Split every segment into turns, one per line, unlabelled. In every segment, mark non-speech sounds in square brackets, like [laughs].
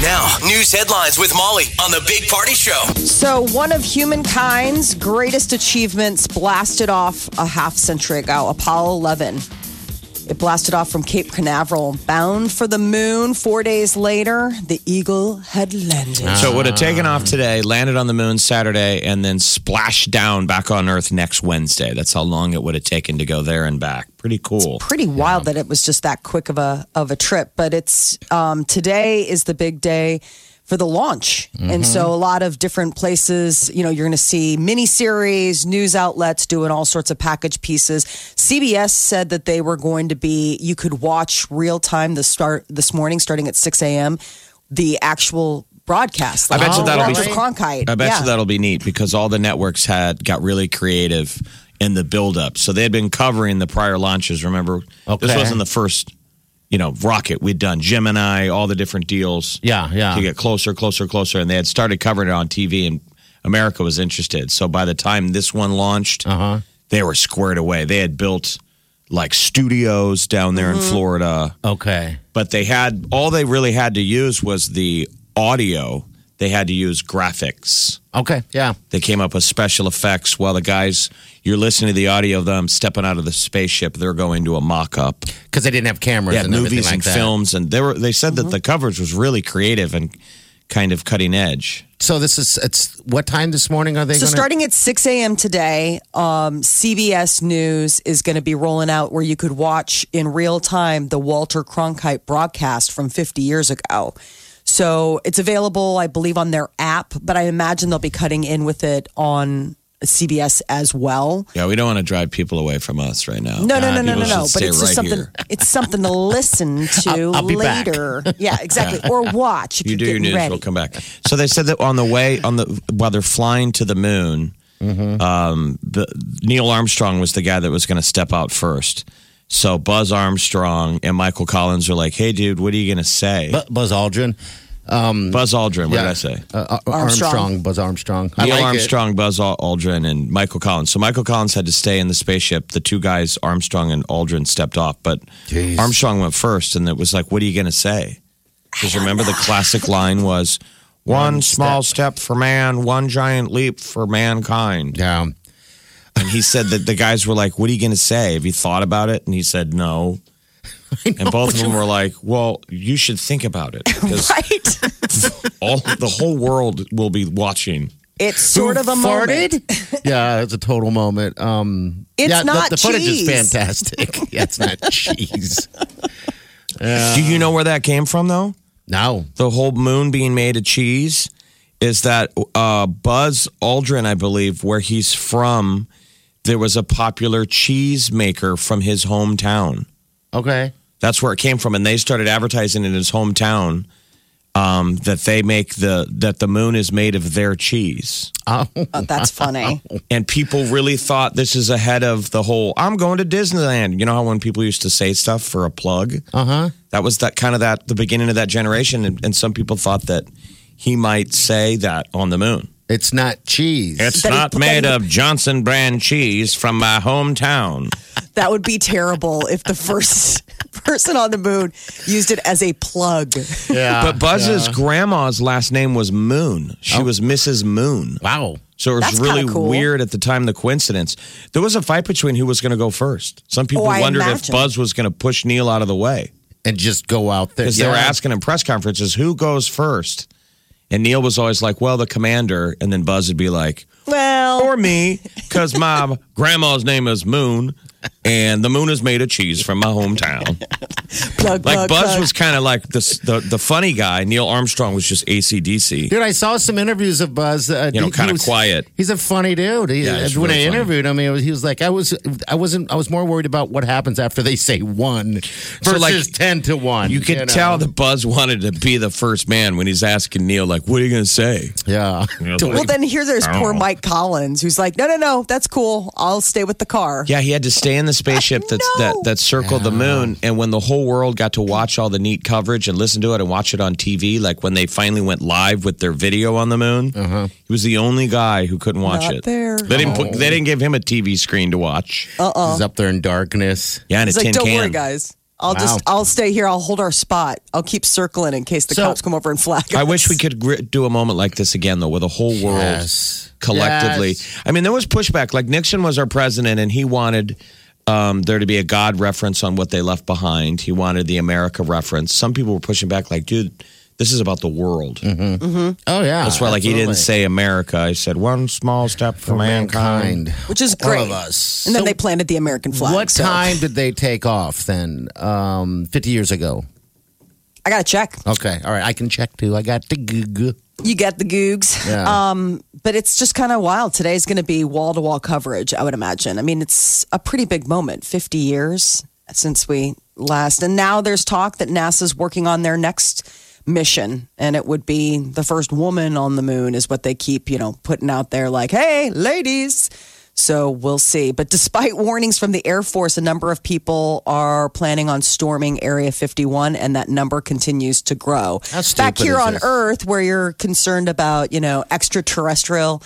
Now, news headlines with Molly on the Big Party Show.
So, one of humankind's greatest achievements blasted off a half century ago, Apollo 11. It blasted off from Cape Canaveral, bound for the moon. Four days later, the Eagle had landed.
So it would have taken off today, landed on the moon Saturday, and then splashed down back on Earth next Wednesday. That's how long it would have taken to go there and back. Pretty cool.
Pretty wild that it was just that quick of a of a trip. But it's um, today is the big day for the launch, and
Mm-hmm.
so a lot of different places. You know, you're going to see miniseries, news outlets doing all sorts of package pieces. CBS said that they were going to be. You could watch real time the start this morning, starting at 6 a.m. The actual broadcast.
I bet you
Like,
that'll be-
Walter Cronkite.
I bet
Yeah.
you that'll be neat because all the networks had got really creative in the buildup. So they had been covering the prior launches. Remember, this
Okay.
wasn't the first, you know, rocket we'd done. Gemini, all the different deals.
Yeah, yeah.
To get closer, closer, closer, and they had started covering it on TV, and America was interested. So by the time this one launched, uh-huh. they were squared away. They had built like studios down there in Florida
Okay.
but they had all they really had to use was the audio. They had to use graphics.
Okay. Yeah.
They came up with special effects while the guys you're listening to the audio of them stepping out of the spaceship. They're going to a mock-up.
Because they didn't have cameras
Yeah,
and everything
movies
like
and
that.
films, and they were. They said that the coverage was really creative and kind of cutting edge.
So this is it's what time this morning are they
So
gonna-
starting at 6 a.m. today, um, CBS News is going to be rolling out where you could watch in real time the Walter Cronkite broadcast from 50 years ago. So it's available, I believe, on their app, but I imagine they'll be cutting in with it on CBS as well.
Yeah, we don't want to drive people away from us right now.
No, no, no, no,
Uh,
no, no.
people should
But
stay
it's just
right
something.
here.
It's something to listen to
I'll- I'll be back.
later. Yeah, exactly. Or watch. If
You
are
do your
getting
news.
Ready.
We'll come back. So they said that on the way on the while they're flying to the moon, um, the, Neil Armstrong was the guy that was going to step out first. So Buzz Armstrong and Michael Collins are like, "Hey, dude, what are you going to say?"
Bu- Buzz Aldrin.
Buzz Aldrin. What did I say?
Uh, Ar-
Armstrong.
Armstrong. Buzz Armstrong. I
Neil
like it.
Armstrong, Buzz Al- Aldrin, and Michael Collins. So Michael Collins had to stay in the spaceship. The two guys, Armstrong and Aldrin, stepped off, but
Jeez.
Armstrong went first, and it was like, "What are you going to say?" Because remember, the classic line was, "One small step for man, one giant leap for mankind."
Yeah.
And he said that the guys were like, "What are you going to say? Have you thought about it?" And he said, "No." And both of them were like, "Well, you should think about it
[laughs]
because
Right.
all the whole world will be watching."
It's sort of a moment.
[laughs] yeah, it's a total moment. Um,
It's
yeah, the-
not
the, footage is
cheese.
fantastic. [laughs] yeah, it's not cheese.
Do you know where that came from, though?
No.
the whole moon being made of cheese is that uh, Buzz Aldrin, I believe, where he's from, there was a popular cheese maker from his hometown.
Okay.
That's where it came from, and they started advertising in his hometown um, that they make the that the moon is made of their cheese,
Oh, that's funny.
and people really thought this is ahead of the whole. I'm going to Disneyland. You know how when people used to say stuff for a plug,
Uh
Uh-huh.
huh.
that was that kind of that the beginning of that generation, and, and some people thought that he might say that on the moon.
It's not cheese.
It's
That he-
not made of Johnson brand cheese from my hometown.
That would be terrible if the first [laughs] person on the moon used it as a plug.
yeah.
Ah,
But Buzz's grandma's last name was Moon. She was Mrs. Moon.
wow.
So it was
Oh. That's
really
kinda cool.
weird at the time, the coincidence. There was a fight between who was going to go first. Some people
Oh, I
wondered if
imagine.
Buzz was going to push Neil out of the way
And just go out there.
because they were asking in press conferences, who goes first? And Neil was always like, well, the commander. And then Buzz would be like,
Well,
or me because my grandma's name is Moon, and the moon is made of cheese from my hometown.
plug,
Like
plug,
Buzz
plug.
was kind of like this, the the funny guy. Neil Armstrong was just ACDC.
Dude, I saw some interviews of Buzz. Uh,
You know,
he- he
kinda
was-
quiet.
He's a funny dude. He-
Yeah, he's
when
really
I
funny.
interviewed him, he was, he was like, "I was, I wasn't, I was more worried about what happens after they say one
So,
versus
like,
ten to one."
You could
know?
tell that Buzz wanted to be the first man when he's asking Neil, like, "What are you going to say?"
Yeah.
well, then here there's poor Mike Collins who's like, no, no, no, that's cool. I'll stay with the car.
Yeah, he had to stay in the spaceship that's that that circled the moon. And when the whole world got to watch all the neat coverage and listen to it and watch it on TV, like when they finally went live with their video on the moon, he was the only guy who couldn't watch
Not
it.
there. Oh.
They didn't put, they didn't give him a TV screen to watch.
He's up there in darkness.
yeah, and a
He's like,
tin
don't
can.
worry, guys. I'll
Wow.
just, I'll stay here. I'll hold our spot. I'll keep circling in case the
So-
cops come over and flag us.
I wish we could gr- do a moment like this again, though, where the whole world
Yes.
collectively.
Yes.
I mean, there was pushback. Like Nixon was our president, and he wanted um, there to be a God reference on what they left behind. He wanted the America reference. Some people were pushing back, like, dude, this is about the world.
Oh yeah.
That's why, like, he didn't say America. He said one small step for,
for
mankind.
mankind.
Which is
All
great.
of us.
And then
So
they planted the American flag.
What
so-
time did they take off then? Um, 50 years ago.
I got to check.
Okay. All right. I can check too. I got the Google. uh,
You get the googs.
Yeah.
Um, but it's just kind of wild. Today's going to be wall to wall coverage, I would imagine. I mean, it's a pretty big moment 50 years since we last. And now there's talk that NASA's working on their next mission, and it would be the first woman on the moon, is what they keep, you know, putting out there like, hey, ladies. So we'll see. But despite warnings from the Air Force, a number of people are planning on storming Area 51, and that number continues to grow.
How
Back
stupid
here
is
on
this?
Earth, Earth where you're concerned about, you know, extraterrestrial.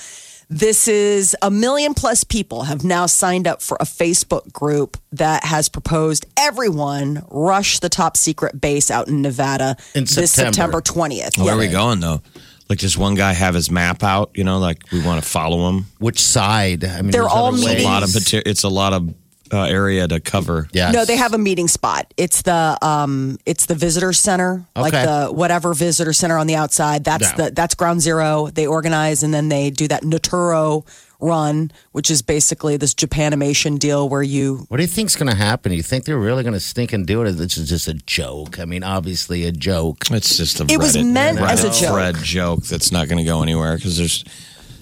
This is a million plus people have now signed up for a Facebook group that has proposed everyone rush the top secret base out in Nevada
In
this September
September. Oh,
20th.
Where
Yeah.
are we going, though? Like, does one guy have his map out? You know, like, we want to follow him.
Which side? I mean,
They're
there's
all
other
It's a
meeting-
ways.
lot of, mater- it's a lot of uh, area to cover.
Yes.
No, they have a meeting spot. It's the um, it's the visitor center, like
Okay.
the whatever visitor center on the outside. That's
Yeah.
the that's ground zero. They organize and then they do that Naturo run, which is basically this Japanimation deal where you
What do you think's going to happen? You think they're really going to stink and do it? This is just a joke. I mean, obviously a joke.
It's just a
It
Reddit,
was meant
Reddit
as a joke.
thread joke that's not going to go anywhere because there's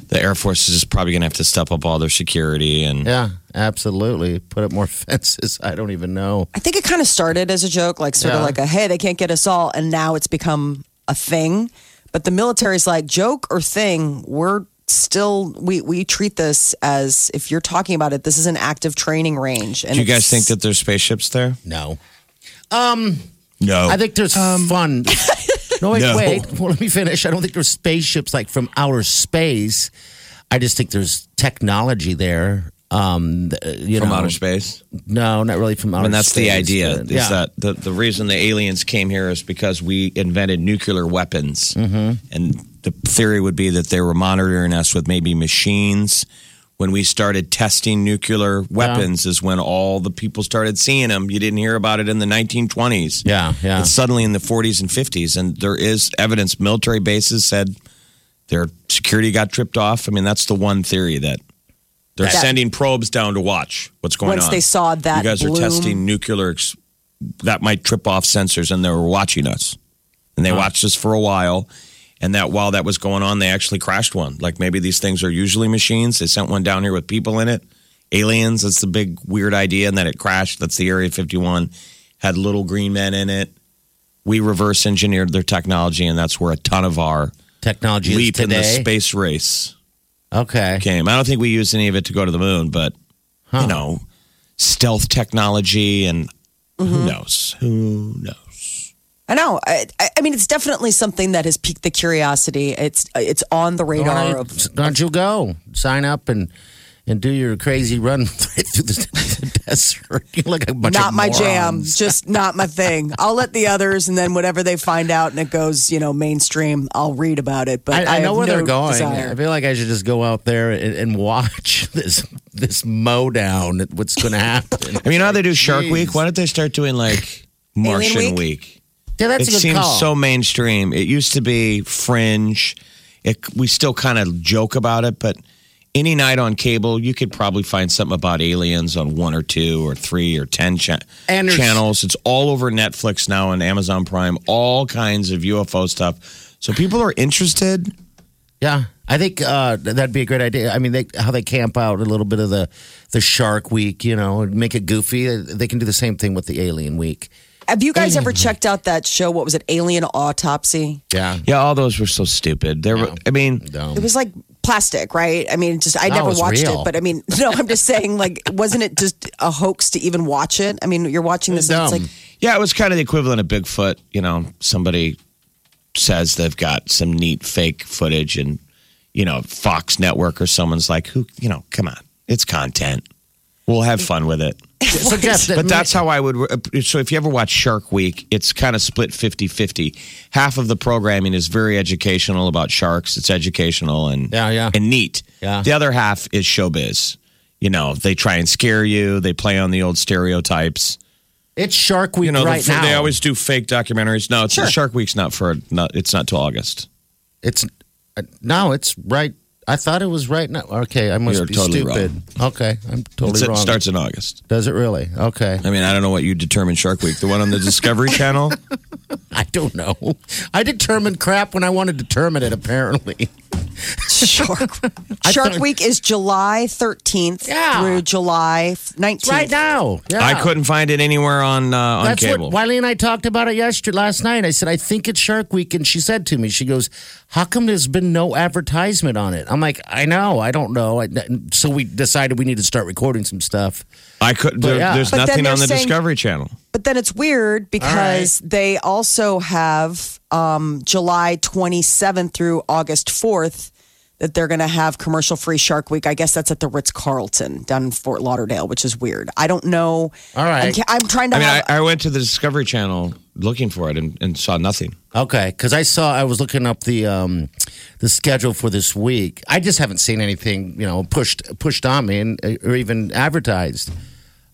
the Air Force is probably going to have to step up all their security and
Yeah, absolutely. Put up more [laughs] fences. I don't even know.
I think it kind of started as a joke, like sort of
Yeah.
like a hey, they can't get us all, and now it's become a thing. But the military's like joke or thing, we're still we we treat this as if you're talking about it, this is an active training range. And
Do you guys
it's-
think that there's spaceships there?
No.
No.
I think there's fun. Um, [laughs] No, wait,
No.
wait. Well, let me finish. I don't think there's spaceships like from outer space. I just think there's technology there. Um, th- you
from
know,
outer space.
No, not really from outer
I mean, that's the
space,
idea.
but-
Is that the, the reason the aliens came here is because we invented nuclear weapons. Mm-hmm. And the theory would be that they were monitoring us with maybe machines. When we started testing nuclear weapons, is when all the people started seeing them. You didn't hear about it in the 1920s.
Yeah, yeah.
It's suddenly in the 40s and 50s. And there is evidence. Military bases said their security got tripped off. I mean, that's the one theory that they're
That-
sending probes down to watch what's going
Once
on.
they saw that
you guys are
bloom.
testing nuclear, ex- that might trip off sensors, and they were watching us, and they watched us for a while. And that while that was going on, they actually crashed one. Like maybe these things are usually machines. They sent one down here with people in it, aliens. That's the big weird idea, and then it crashed. That's the Area 51 had little green men in it. We reverse engineered their technology, and that's where a ton of our
technology is
leap in the
today.
space race
Okay.
came. I don't think we used any of it to go to the moon, but you know, stealth technology and who knows? Who knows?
I know. I, I I mean, it's definitely something that has piqued the curiosity. It's it's on the
Why
radar
don't,
of
you, why don't you go sign up and and do your crazy run [laughs] through the, the desert? [laughs] You look like a bunch
not
of
my jam,
morons. [laughs]
just not my thing. I'll let the others, and then whatever they find out and it goes, you know, mainstream, I'll read about it. But
I, I know
have
where
no
they're going.
desire.
I feel like I should just go out there and, and watch [laughs] this this mow down. at What's
[laughs]
going to happen?
I mean, you know how they do Shark
Jeez.
Week? Why don't they start doing like Martian
Week?
Week?
Yeah, that's
it
a good
seems
call.
so mainstream. It used to be fringe. It, we still kind of joke about it, but any night on cable, you could probably find something about aliens on one or two or three or ten cha-
And there's-
channels. It's all over Netflix now and Amazon Prime, all kinds of UFO stuff. So people are interested.
Yeah, I think uh, that'd be a great idea. I mean, they, how they camp out a little bit of the the Shark Week, you know, and make it goofy. They can do the same thing with the Alien Week.
Have you guys ever checked out that show? What was it? Alien Autopsy. [laughs]
Yeah,
Yeah, all those were so stupid. There, were I mean,
no.
It was like plastic, right? I mean, just I
No,
never
it was
watched
real.
it, but I mean, [laughs] no, I'm just saying, like, wasn't it just a hoax to even watch it? I mean, you're watching this, and it's
Dumb.
like,
yeah, it was kind of the equivalent of Bigfoot. You know, somebody says they've got some neat fake footage, and you know, Fox Network or someone's like, "Who? You know, come on, it's content. We'll have fun with it."
So Jeff,
But that's how I would. uh, So if you ever watch Shark Week, it's kind of split 50 50. Half of the programming is very educational about sharks. It's educational and
Yeah, yeah.
and neat.
Yeah.
The other half is showbiz. You know, they try and scare you. They play on the old stereotypes.
it's Shark Week
You know, the-
right now.
they always do fake documentaries. No, it's
Sure.
Shark Week's not for not. It's not till August.
It's uh, no, it's right. I thought it was right now. Okay, I must
You're
be
totally
stupid. Okay, I'm totally
It's- it
wrong.
starts in August.
Does it really? Okay, [laughs]
I mean, I don't know what you determine Shark Week. The one on the Discovery Channel.
I don't know. I determined crap when I want to determine it. Apparently,
[laughs]
[laughs]
Shark
I
Shark
thought-
Week is July 13th
Yeah.
through July f- 19th.
right now. Yeah.
I couldn't find it anywhere on uh, on
That's
cable.
what Wiley and I talked about it yesterday last night. I said, I think it's Shark Week, and she said to me, she goes, How come there's been no advertisement on it? I'm like, I know, I don't know. I, so we decided we need to start recording some stuff.
I could. There,
yeah.
There's
But then
nothing
they're
on the
saying-
Discovery Channel.
But then it's weird because they also have um, July 27th through August 4th that they're going to have commercial free Shark Week. I guess that's at the Ritz Carlton down in Fort Lauderdale, which is weird. I don't know.
All right.
I'm, ca- I'm trying to
I mean, I,
have.
I went to the Discovery Channel looking for it and, and saw nothing.
Okay, because I saw I was looking up the um, the schedule for this week. I just haven't seen anything, you know, pushed pushed on me and, uh, or even advertised.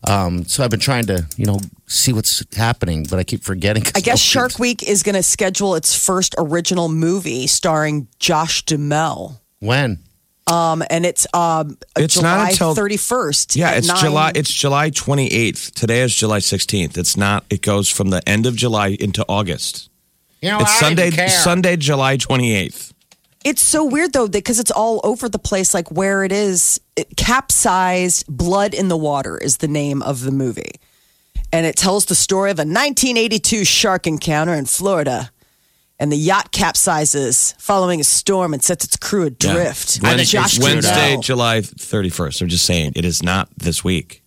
Um, so I've been trying to, you know, see what's happening, but I keep forgetting. 'cause
I
[laughs]
guess
Oh,
no one's-
Shark Week is going to schedule its first original movie starring Josh Duhamel.
When?
Um, and it's um,
It's
July
not until-
31st.
Yeah,
at
it's
9.
July. It's July 28th. Today is July 16th. It's not. It goes from the end of July into August.
You know,
It's
I don't
Sunday,
even care.
Sunday, July 28th.
It's so weird though because it's all over the place. Like where it is, it, capsized blood in the water is the name of the movie, and it tells the story of a 1982 shark encounter in Florida. And the yacht capsizes following a storm and sets its crew adrift.
Wednesday,
I think it's
Josh
screwed
Wednesday,
Duhamel.
July 31st. I'm just saying it is not this week.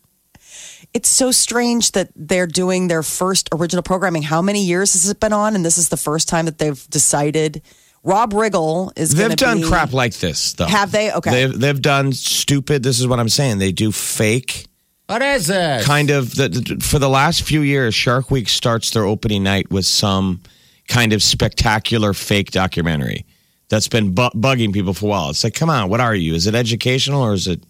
It's so strange that they're doing their first original programming. How many years has it been on? And this is the first time that they've decided. Rob Riggle is.
They've
gonna
done
be-
crap like this, though.
Have they? Okay.
They've, they've done stupid. This is what I'm saying. They do fake.
What is it?
kind of the- the, for the last few years shark week starts their opening night with some kind of spectacular fake documentary that's been bu- bugging people for a while it's like come on what are you is it educational or is it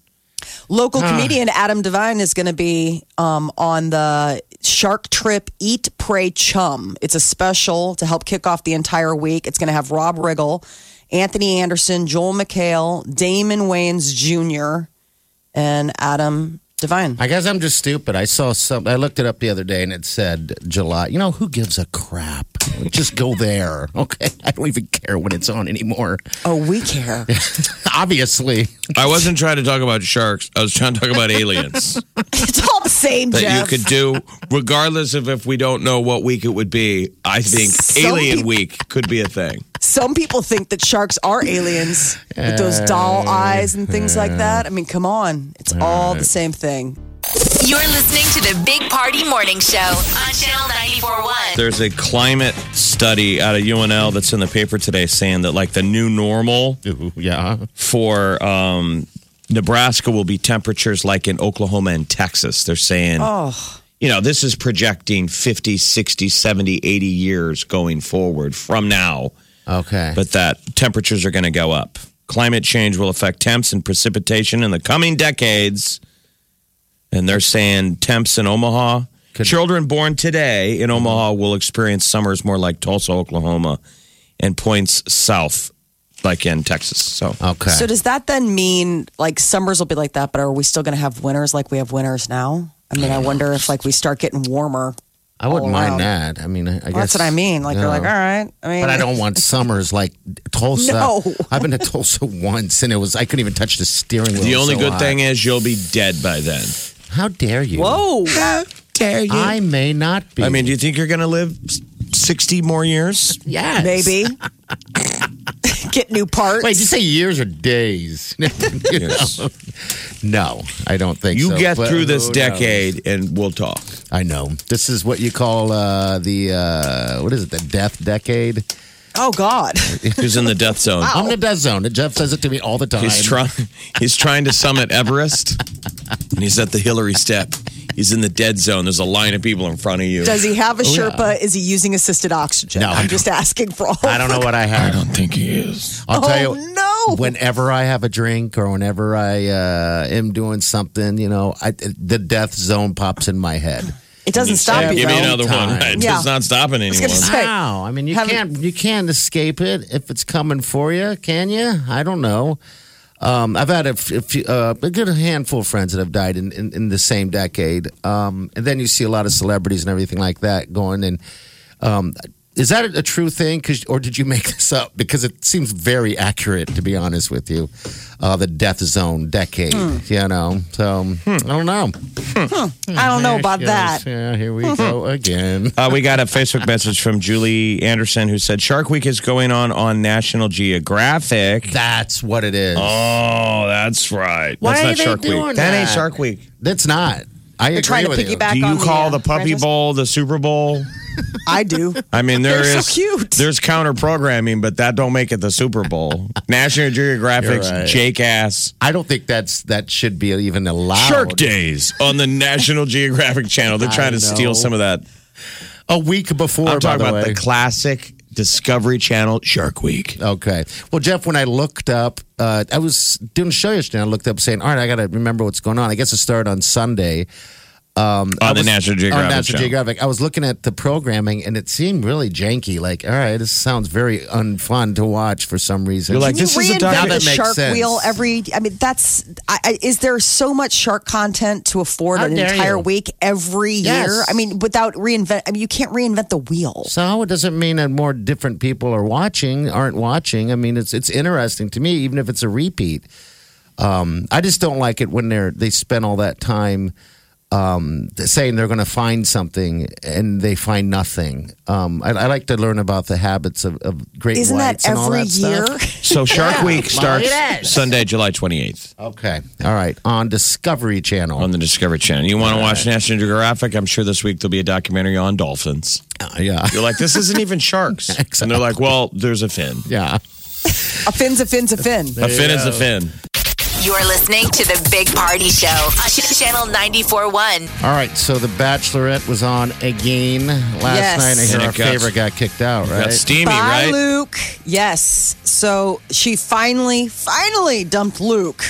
Local comedian Adam Devine is going to be um, on the Shark Trip Eat, Pray, Chum. It's a special to help kick off the entire week. It's going to have Rob Riggle, Anthony Anderson, Joel McHale, Damon Wayans Jr., and Adam Devine.
I guess I'm just stupid. I saw some. I looked it up the other day, and it said July. You know who gives a crap? Just go there, [laughs] okay? I don't even care when it's on anymore. [laughs]
Oh, we care.
Obviously,
i wasn't trying to talk about sharks i was trying to talk
[laughs]
about aliens
[laughs] it's all the same,
that
Jeff.
you could do regardless of if we don't know what week it would be i think
Some
alien
people-
week could be a thing
Some people think that sharks are aliens with those doll eyes and things like that. I mean, come on. It's all the same thing.
You're listening to the Big Party Morning Show on Channel 941.
There's a climate study out of UNL that's in the paper today saying that like the new normal
yeah.
for um, Nebraska will be temperatures like in Oklahoma and Texas. They're saying,
Oh.
you know, this is projecting 50, 60, 70, 80 years going forward from now,
Okay,
but that temperatures are going to go up. Climate change will affect temps and precipitation in the coming decades. And they're saying temps in Omaha. Children born today in Omaha will experience summers more like Tulsa, Oklahoma, and points south like in Texas. So
Okay.
So does that then mean like summers will be like that, but are we still going to have winters like we have winters now? I mean, I wonder if like we start getting warmer.
I wouldn't
all
mind
around.
that. I mean, I, I
um, Well,
guess
that's what I mean. Like
you
you're like, all
know.
right. I mean,
But
[laughs]
I don't want summers like Tulsa.
No.
I've been to Tulsa once, and it was I couldn't even touch the steering wheel.
the only
It was so
good
hot.
thing is you'll be dead by then.
how dare you?
Whoa.
[laughs]
Dare you?
I
i
may not be.
mean, do you think you're going to live s- sixty more years?
yes.
Maybe. Get new parts.
Wait, did you say years or days? [laughs] [laughs] You know? No, I don't think
You
so,
get
but
through this
who knows?
decade, and we'll talk.
I know. This is what you call uh, the uh, what is it? The death decade.
oh God.
Who's in the death zone?
Oh.
I'm in the death zone. And Jeff says it to me all the time.
He's trying. He's trying to summit Everest, and he's at the Hillary Step. He's in the dead zone. There's a line of people in front of you.
Does he have a Sherpa? Is he using assisted oxygen?
Oh, No,
I'm
I
just asking for all.
I don't know what I
I
have.
don't think he is.
I'll
Oh
tell you.
no.
Whenever I have a drink or whenever I uh, am doing something, you know, I, the death zone pops in my head.
[laughs] it doesn't stop
said,
you
Give me
though.
another one.
Time.
Right?
Yeah.
It's not stopping anyone.
gonna say- [laughs] Hey,
Wow! I mean, you
haven't-
can't you can't escape it if it's coming for you, can you? I don't know. Um, I've had a, f- a few, uh, a good handful of friends that have died in, in, in the same decade, um, and then you see a lot of celebrities and everything like that going. And um, is that a, true thing? 'Cause- or did you make [laughs] this up? Because it seems very accurate, to be honest with you. Uh, the death zone decade,
Hmm.
you know. So um, I don't know.
I Hmm. don't know about
Yes,
that.
Yeah, here we
[laughs]
go again.
Uh, we got a Facebook message from Julie Anderson who said Shark Week is going on on National Geographic.
That's what it is.
Oh, that's right.
Why
that's
are
not
they
Shark
doing
Week. That ain't
that?
Shark Week.
That's not. I agree
trying to
with you.
piggyback- Back
Do
on
you
the,
call
uh,
the Puppy
franchise?
Bowl the Super Bowl?
I do.
I mean,
[laughs]
there
They're so
is-
cute.
there's counter programming, but that don't make it the Super
[laughs]
Bowl. National Geographic's
You're right.
Jake ass
I don't think that's that should be even allowed.
Shark Days [laughs] on the National Geographic Channel. They're trying to steal some of that.
a week before.
I'm talking
by the
about
way. Um,
the classic Discovery Channel Shark Week.
Okay. Well, Jeff, when I looked up, uh, I was doing a show yesterday. And I looked up saying, "All right, I got to remember what's going on." I guess it started on Sunday.
on
I
the
was-
National Geographic.
On National
Channel.
Geographic. I was looking at the programming, and it seemed really janky. Like, all right, this sounds very unfun to watch for some reason.
You're like,
Can
this
you
is a
reinvent
document-
the
That makes
shark
sense.
wheel every? I mean, that's. I, I, is there so much shark content to afford
How
an
dare
entire
you.
week every
Yes.
year? I mean, without reinvent. I mean, you can't reinvent the wheel.
So it doesn't mean that more different people are watching, aren't watching. I mean, it's it's interesting to me, even if it's a repeat. Um, I just don't like it when they're they spend all that time um, saying they're going to find something and they find nothing. Um, I, I like to learn about the habits of, of great
Isn't
whites
that
and all
every
that
year?
stuff.
So Shark Week starts
it is.
Sunday, July 28th
Okay, all right, on Discovery Channel.
on the Discovery Channel. You want to watch National Geographic? I'm sure this week there'll be a documentary on dolphins.
Uh,
[laughs]
yeah,
You're like, this isn't even sharks.
[laughs]
And they're like, well, there's a fin.
yeah.
A fin's a fin's a fin.
A fin is a fin.
You're listening to the Big Party Show on Ch- Channel 94.1.
All right, so The Bachelorette was on again last
Yes.
night. I hear
And it
our
got-
favorite got kicked out, right?
Got steamy,
Bye,
right?
Luke. Yes. So she finally, finally dumped Luke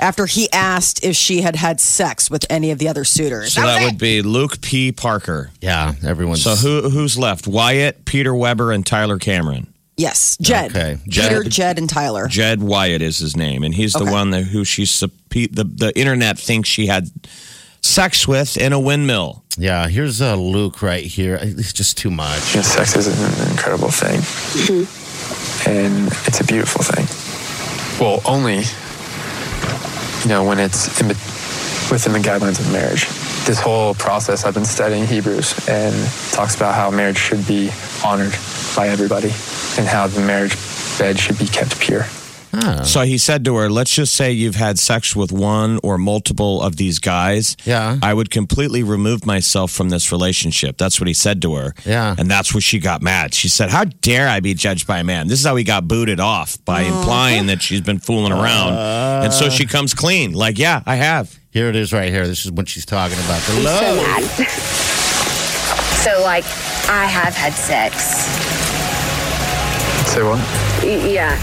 after he asked if she had had sex with any of the other suitors.
So that would be Luke P. Parker.
Yeah, everyone's
So who who's left? Wyatt, Peter Weber, and Tyler Cameron.
yes, Jed.
Okay.
Peter,
Jed.
Jed, and Tyler.
Jed Wyatt is his name, and he's the
Okay.
one that who she sup- the the internet thinks she had sex with in a windmill.
Yeah, here's uh, Luke right here. It's just too much.
You know, sex is an incredible thing. And it's a beautiful thing. Well, only, you know, when it's in, bet- within the guidelines of marriage. This whole process, I've been studying Hebrews and it talks about how marriage should be honored by everybody and how the marriage bed should be kept pure.
So he said to her, Let's just say you've had sex with one or multiple of these guys.
Yeah.
I would completely remove myself from this relationship. That's what he said to her.
Yeah.
And that's where she got mad. She said, How dare I be judged by a man? This is how he got booted off by implying that she's been fooling around. and so she comes clean, like, Yeah, I have.
Here it is right here. This is what she's talking about. The love.
So, like, I have had sex.
Say what?
Y- yeah.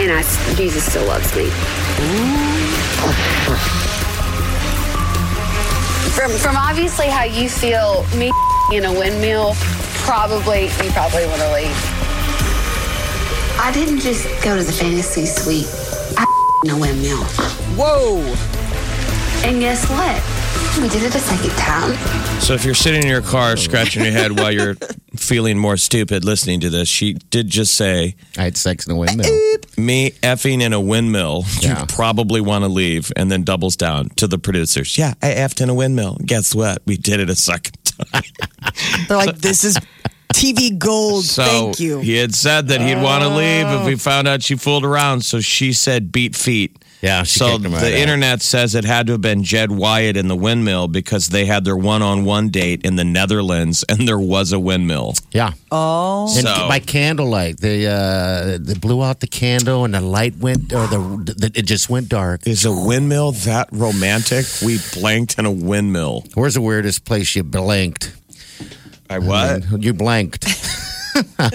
And I, s- Jesus still loves me. From, from obviously how you feel, [laughs] me in a windmill, probably, you probably want to leave. I didn't just go to the fantasy suite. I [laughs] in a windmill.
Whoa.
And guess what? We did it a second time.
So if you're sitting in your car scratching your head while you're [laughs] feeling more stupid listening to this, she did just say,
I had sex in a windmill.
"Me effing in a windmill." [laughs]
Yeah.
You probably want to leave, and then doubles down to the producers. Yeah, I effed in a windmill. Guess what? We did it a second [laughs] time.
They're like, this is TV gold.
[laughs] So
Thank you. Oh.
he had said that he'd want to leave if he found out she fooled around. So she said, "Beat feet."
Yeah, she
so
kicked him right
the
out.
internet says it had to have been Jed Wyatt in the windmill because they had their one-on-one date in the Netherlands, [laughs] and there was a windmill.
Yeah.
Oh.
And
So-
by candlelight, they uh, they blew out the candle and the light went, or the, the it just went dark.
Is a windmill that romantic? We blanked in a windmill.
Where's the weirdest place you blanked?
I what?
You blanked. [laughs]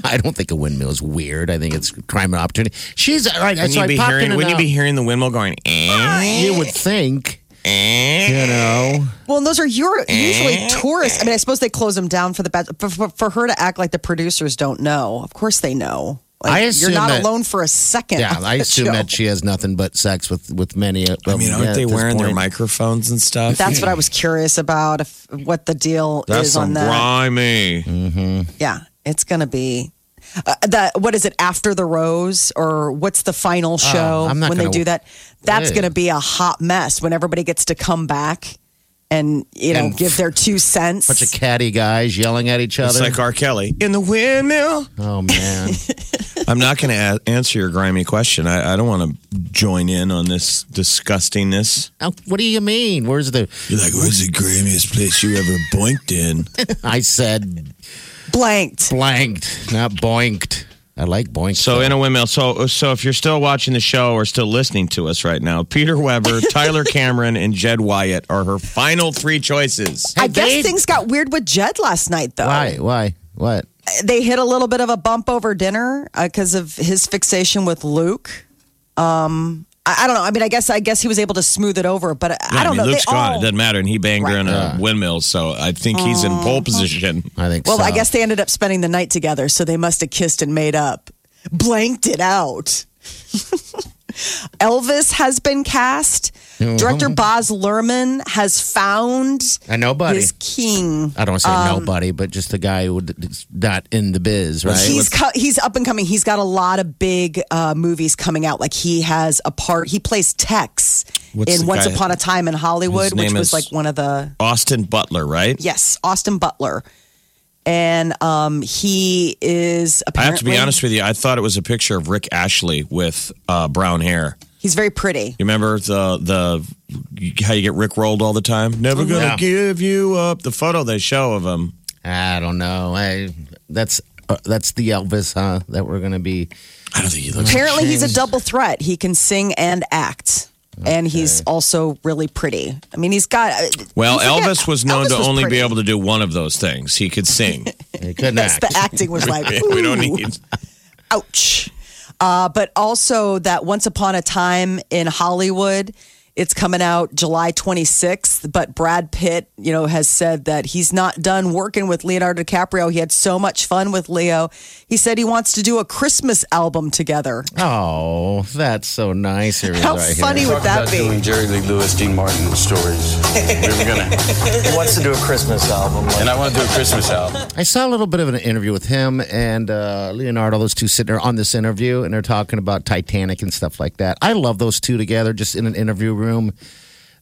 I don't think a windmill is weird. I think it's crime and opportunity. She's all right.
Wouldn't,
so
you,
I
be
popped
hearing,
in and
wouldn't you
out.
be hearing the windmill going, eh,
You would think,
eh?
you know.
Well, and those are your
Eh,
usually tourists. I mean, I suppose they close them down for the best. For, for, for her to act like the producers don't know, of course they know. Like,
I
you're
assume
not
that-
alone for a second. [laughs]
Yeah,
on
I
that
assume
show.
that she has nothing but sex with with many. Of,
I mean, aren't
yeah, at
they
this
wearing their
point.
microphones and stuff?
That's what I was curious about. If what the deal
That's
is on
some
that.
grimy.
Mm.
Yeah, it's gonna be. Uh, the what is it after the rose or what's the final show
Oh, I'm not
when they
gonna-
do that? That's
Ew.
gonna be a hot mess when everybody gets to come back and you know
And-
give their two cents.
Bunch of catty guys yelling at each
It's
other.
like R. Kelly in the
[laughs]
windmill.
oh
[laughs]
man,
I'm not going to a- answer your grimy question. I, I don't want to join in on this disgustingness.
Now, what do you mean? Where's the?
You're like, where's the grimiest place you ever boinked in?
I said
blanked.
blanked, not boinked. I like boinked.
[laughs] So in a windmill. So so if you're still watching the show or still listening to us right now, Peter
[laughs]
Weber, Tyler Cameron, and Jed Wyatt are her final three choices.
I guess
Dave.
things got weird with Jed last night though.
why? Why? What?
they hit a little bit of a bump over dinner because of his fixation with Luke. Um, I, I don't know. I mean, I guess I guess he was able to smooth it over, but I, I don't
mean,
know. They
Luke's gone.
all-
It doesn't matter, and he banged her in a
Right.
windmill. So I think he's in pole position.
I think.
well,
so.
I guess they ended up spending the night together, so they must have kissed and made up, blanked it out. [laughs] Elvis has been cast. Director Boz Lerman has found
And nobody.
his king.
I don't want to say
um,
nobody, but just the guy who d- is not in the biz, right?
He's co- he's up and coming. He's got a lot of big uh, movies coming out. Like he has a part. He plays Tex
What's
in
the
Once
guy-
Upon a Time in Hollywood,
His
which
name
was
is-
like one of the
Austin Butler, right?
yes Austin Butler, and um, he is.
I have to
Apparently,
be honest with you. I thought it was a picture of Rick Ashley with uh, brown hair.
He's very pretty.
You remember the the how you get Rick rolled all the time? Never gonna
Yeah.
give you up. The photo they show of him.
I don't know. I that's uh, that's the Elvis, huh? That we're gonna be.
I don't think he looks.
Apparently, he's a double threat. He can sing and act. And he's also really pretty. I mean, he's got.
Well,
you forget,
Elvis was known
Elvis
to only be
pretty.
able to do one of those things. He could
[laughs]
sing.
They couldn't
That's
act.
the acting was like.
[laughs] we don't
"Ooh."
need.
ouch. Uh, but also that Once Upon a Time in Hollywood, it's coming out July 26th. But Brad Pitt, you know, has said that he's not done working with Leonardo DiCaprio. He had so much fun with Leo. He said he wants to do a Christmas album together.
oh, that's so nice. of you
How
right
funny
here.
would that be?
Jerry Lee Lewis, Dean Martin stories. [laughs] We were gonna. He wants to do a Christmas album, and I want to do a Christmas album.
I saw a little bit of an interview with him and uh, Leonardo. Those two sitting there on this interview, and they're talking about Titanic and stuff like that. I love those two together, just in an interview room.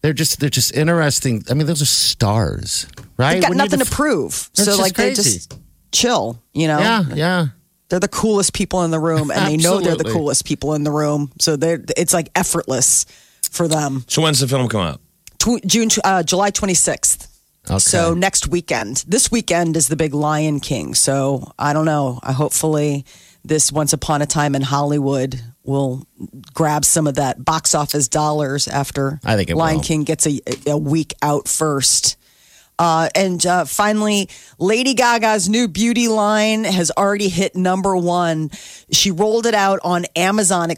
They're just they're just interesting. I mean, those are stars, right?
They've got
When you
nothing to
def-
prove.
That's
So,
just
like, they
crazy.
just chill, you know?
Yeah, yeah.
They're the coolest people in the room, and they know they're the
Absolutely.
coolest people in the room. So, they're, it's like effortless for them.
So when's the film come out?
tw- June, uh, July 26th.
Okay.
So next weekend. This weekend is the big Lion King. So I don't know. I hopefully this Once Upon a Time in Hollywood will grab some of that box office dollars after
I think it
Lion
will.
King gets a, a week out first. Uh, and uh, finally, Lady Gaga's new beauty line has already hit number one. She rolled it out on Amazon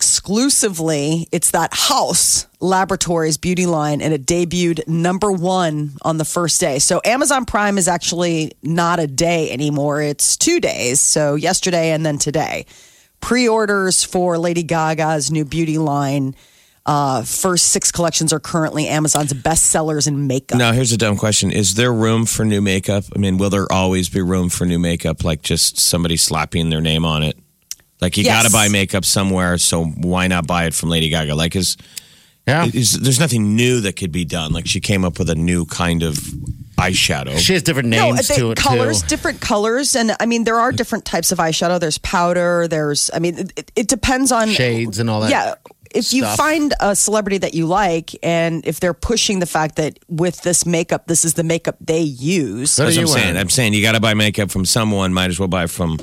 exclusively. It's that House Laboratories beauty line, and it debuted number one on the first day. So Amazon Prime is actually not a day anymore, it's two days. So yesterday and then today. pre-orders for Lady Gaga's new beauty line. Uh, first six collections are currently Amazon's bestsellers in makeup.
Now, here's a dumb question: Is there room for new makeup? I mean, will there always be room for new makeup? Like just somebody slapping their name on it. Like you
Yes.
got to buy makeup somewhere, so why not buy it from Lady Gaga? Like is,
Yeah.
is there's nothing new that could be done. Like she came up with a new kind of eyeshadow.
She has different names
they-
to it
colors,
too.
different colors, and I mean there are different types of eyeshadow. There's powder. There's, I mean, it, it depends on
Shades and all that
Yeah, if you
stuff.
find a celebrity that you like, and if they're pushing the fact that with this makeup, this is the makeup they use.
That's
What are
what I'm
you
saying.
wearing?
I'm saying you got to buy makeup from someone. Might as well buy from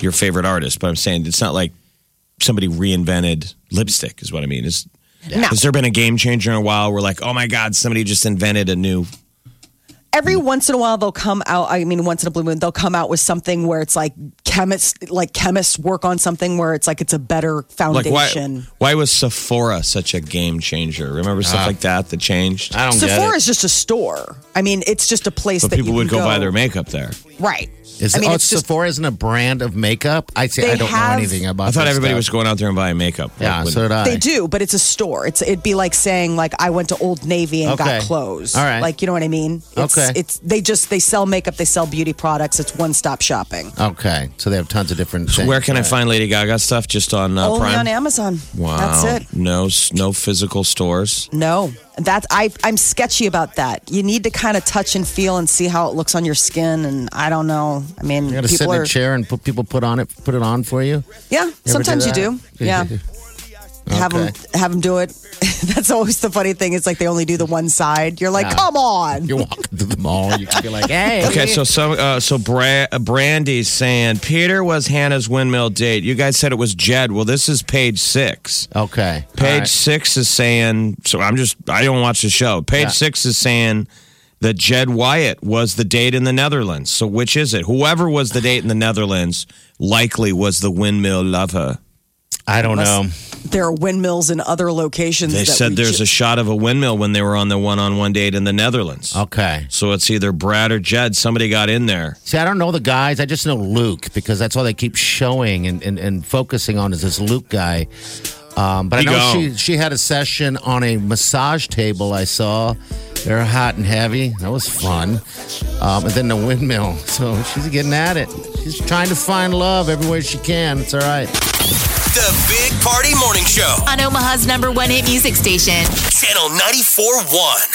your favorite artist. But I'm saying it's not like somebody reinvented lipstick. Is what I mean. Is
No.
has there been a game changer in a while? We're like, oh my god, somebody just invented a new.
Every once in a while, they'll come out. I mean, once in a blue moon, they'll come out with something where it's like chemists, like chemists work on something where it's like it's a better
Like why?
foundation.
Why was Sephora such a game changer? Remember
Ah.
stuff like that that changed.
I don't
Sephora
get
is just a store. I mean, it's just a place
But
that
people
you
would
can
go buy their makeup there.
right.
it. Is,
I mean,
oh,
it's just
Sephora isn't a brand of makeup. I see.
They
I don't
have-
know anything about.
I thought
this
everybody was
stuff.
going out there and buying makeup.
Yeah,
Like, when-
so did I.
They do, but it's a store. It's it'd be like saying like I went to Old Navy and got
Okay.
clothes.
All right.
like you know what I mean. It's,
Okay.
it's they just they sell makeup, they sell beauty products. It's one stop shopping.
Okay, so they have tons of different. Things.
Where can I find Lady Gaga stuff? Just on uh,
Oh,
Only
Prime.
on Amazon.
wow.
that's it.
No, no physical stores.
No, that's I. I'm sketchy about that. You need to kind of touch and feel and see how it looks on your skin. And I don't know. I mean,
You got to sit
people
in
are.
a chair and put people put on it, put it on for you.
Yeah,
You ever
sometimes you do.
that? [laughs]
Yeah. Have them, have them do it. [laughs] That's always the funny thing. It's like they only do the one side. You're like,
Yeah.
come on.
You're walking to the mall. You can be like,
[laughs]
"Eh." hey.
Okay, so some uh, so Bra- Brandy's saying Peter was Hannah's windmill date. You guys said it was Jed. Well, this is page six.
Okay.
Page
All right.
six is saying. So I'm just I don't watch the show. Page
Yeah.
six is saying that Jed Wyatt was the date in the Netherlands. So which is it? Whoever was the date in the Netherlands likely was the windmill lover.
I don't know.
There are windmills in other locations.
They
that
said
we
there's
ju-
a shot of a windmill when they were on the one-on-one date in the Netherlands.
Okay.
So it's either Brad or Jed. Somebody got in there.
See, I don't know the guys. I just know Luke because that's all they keep showing and, and, and focusing on is this Luke guy. Um, but I
He
know
go.
she she had a session on a massage table. I saw they're hot and heavy. That was fun. Um, and then the windmill. [laughs] So she's getting at it. She's trying to find love everywhere she can. It's all right.
The Big Party Morning Show,
On Omaha's number one hit music station.
Channel 94 1.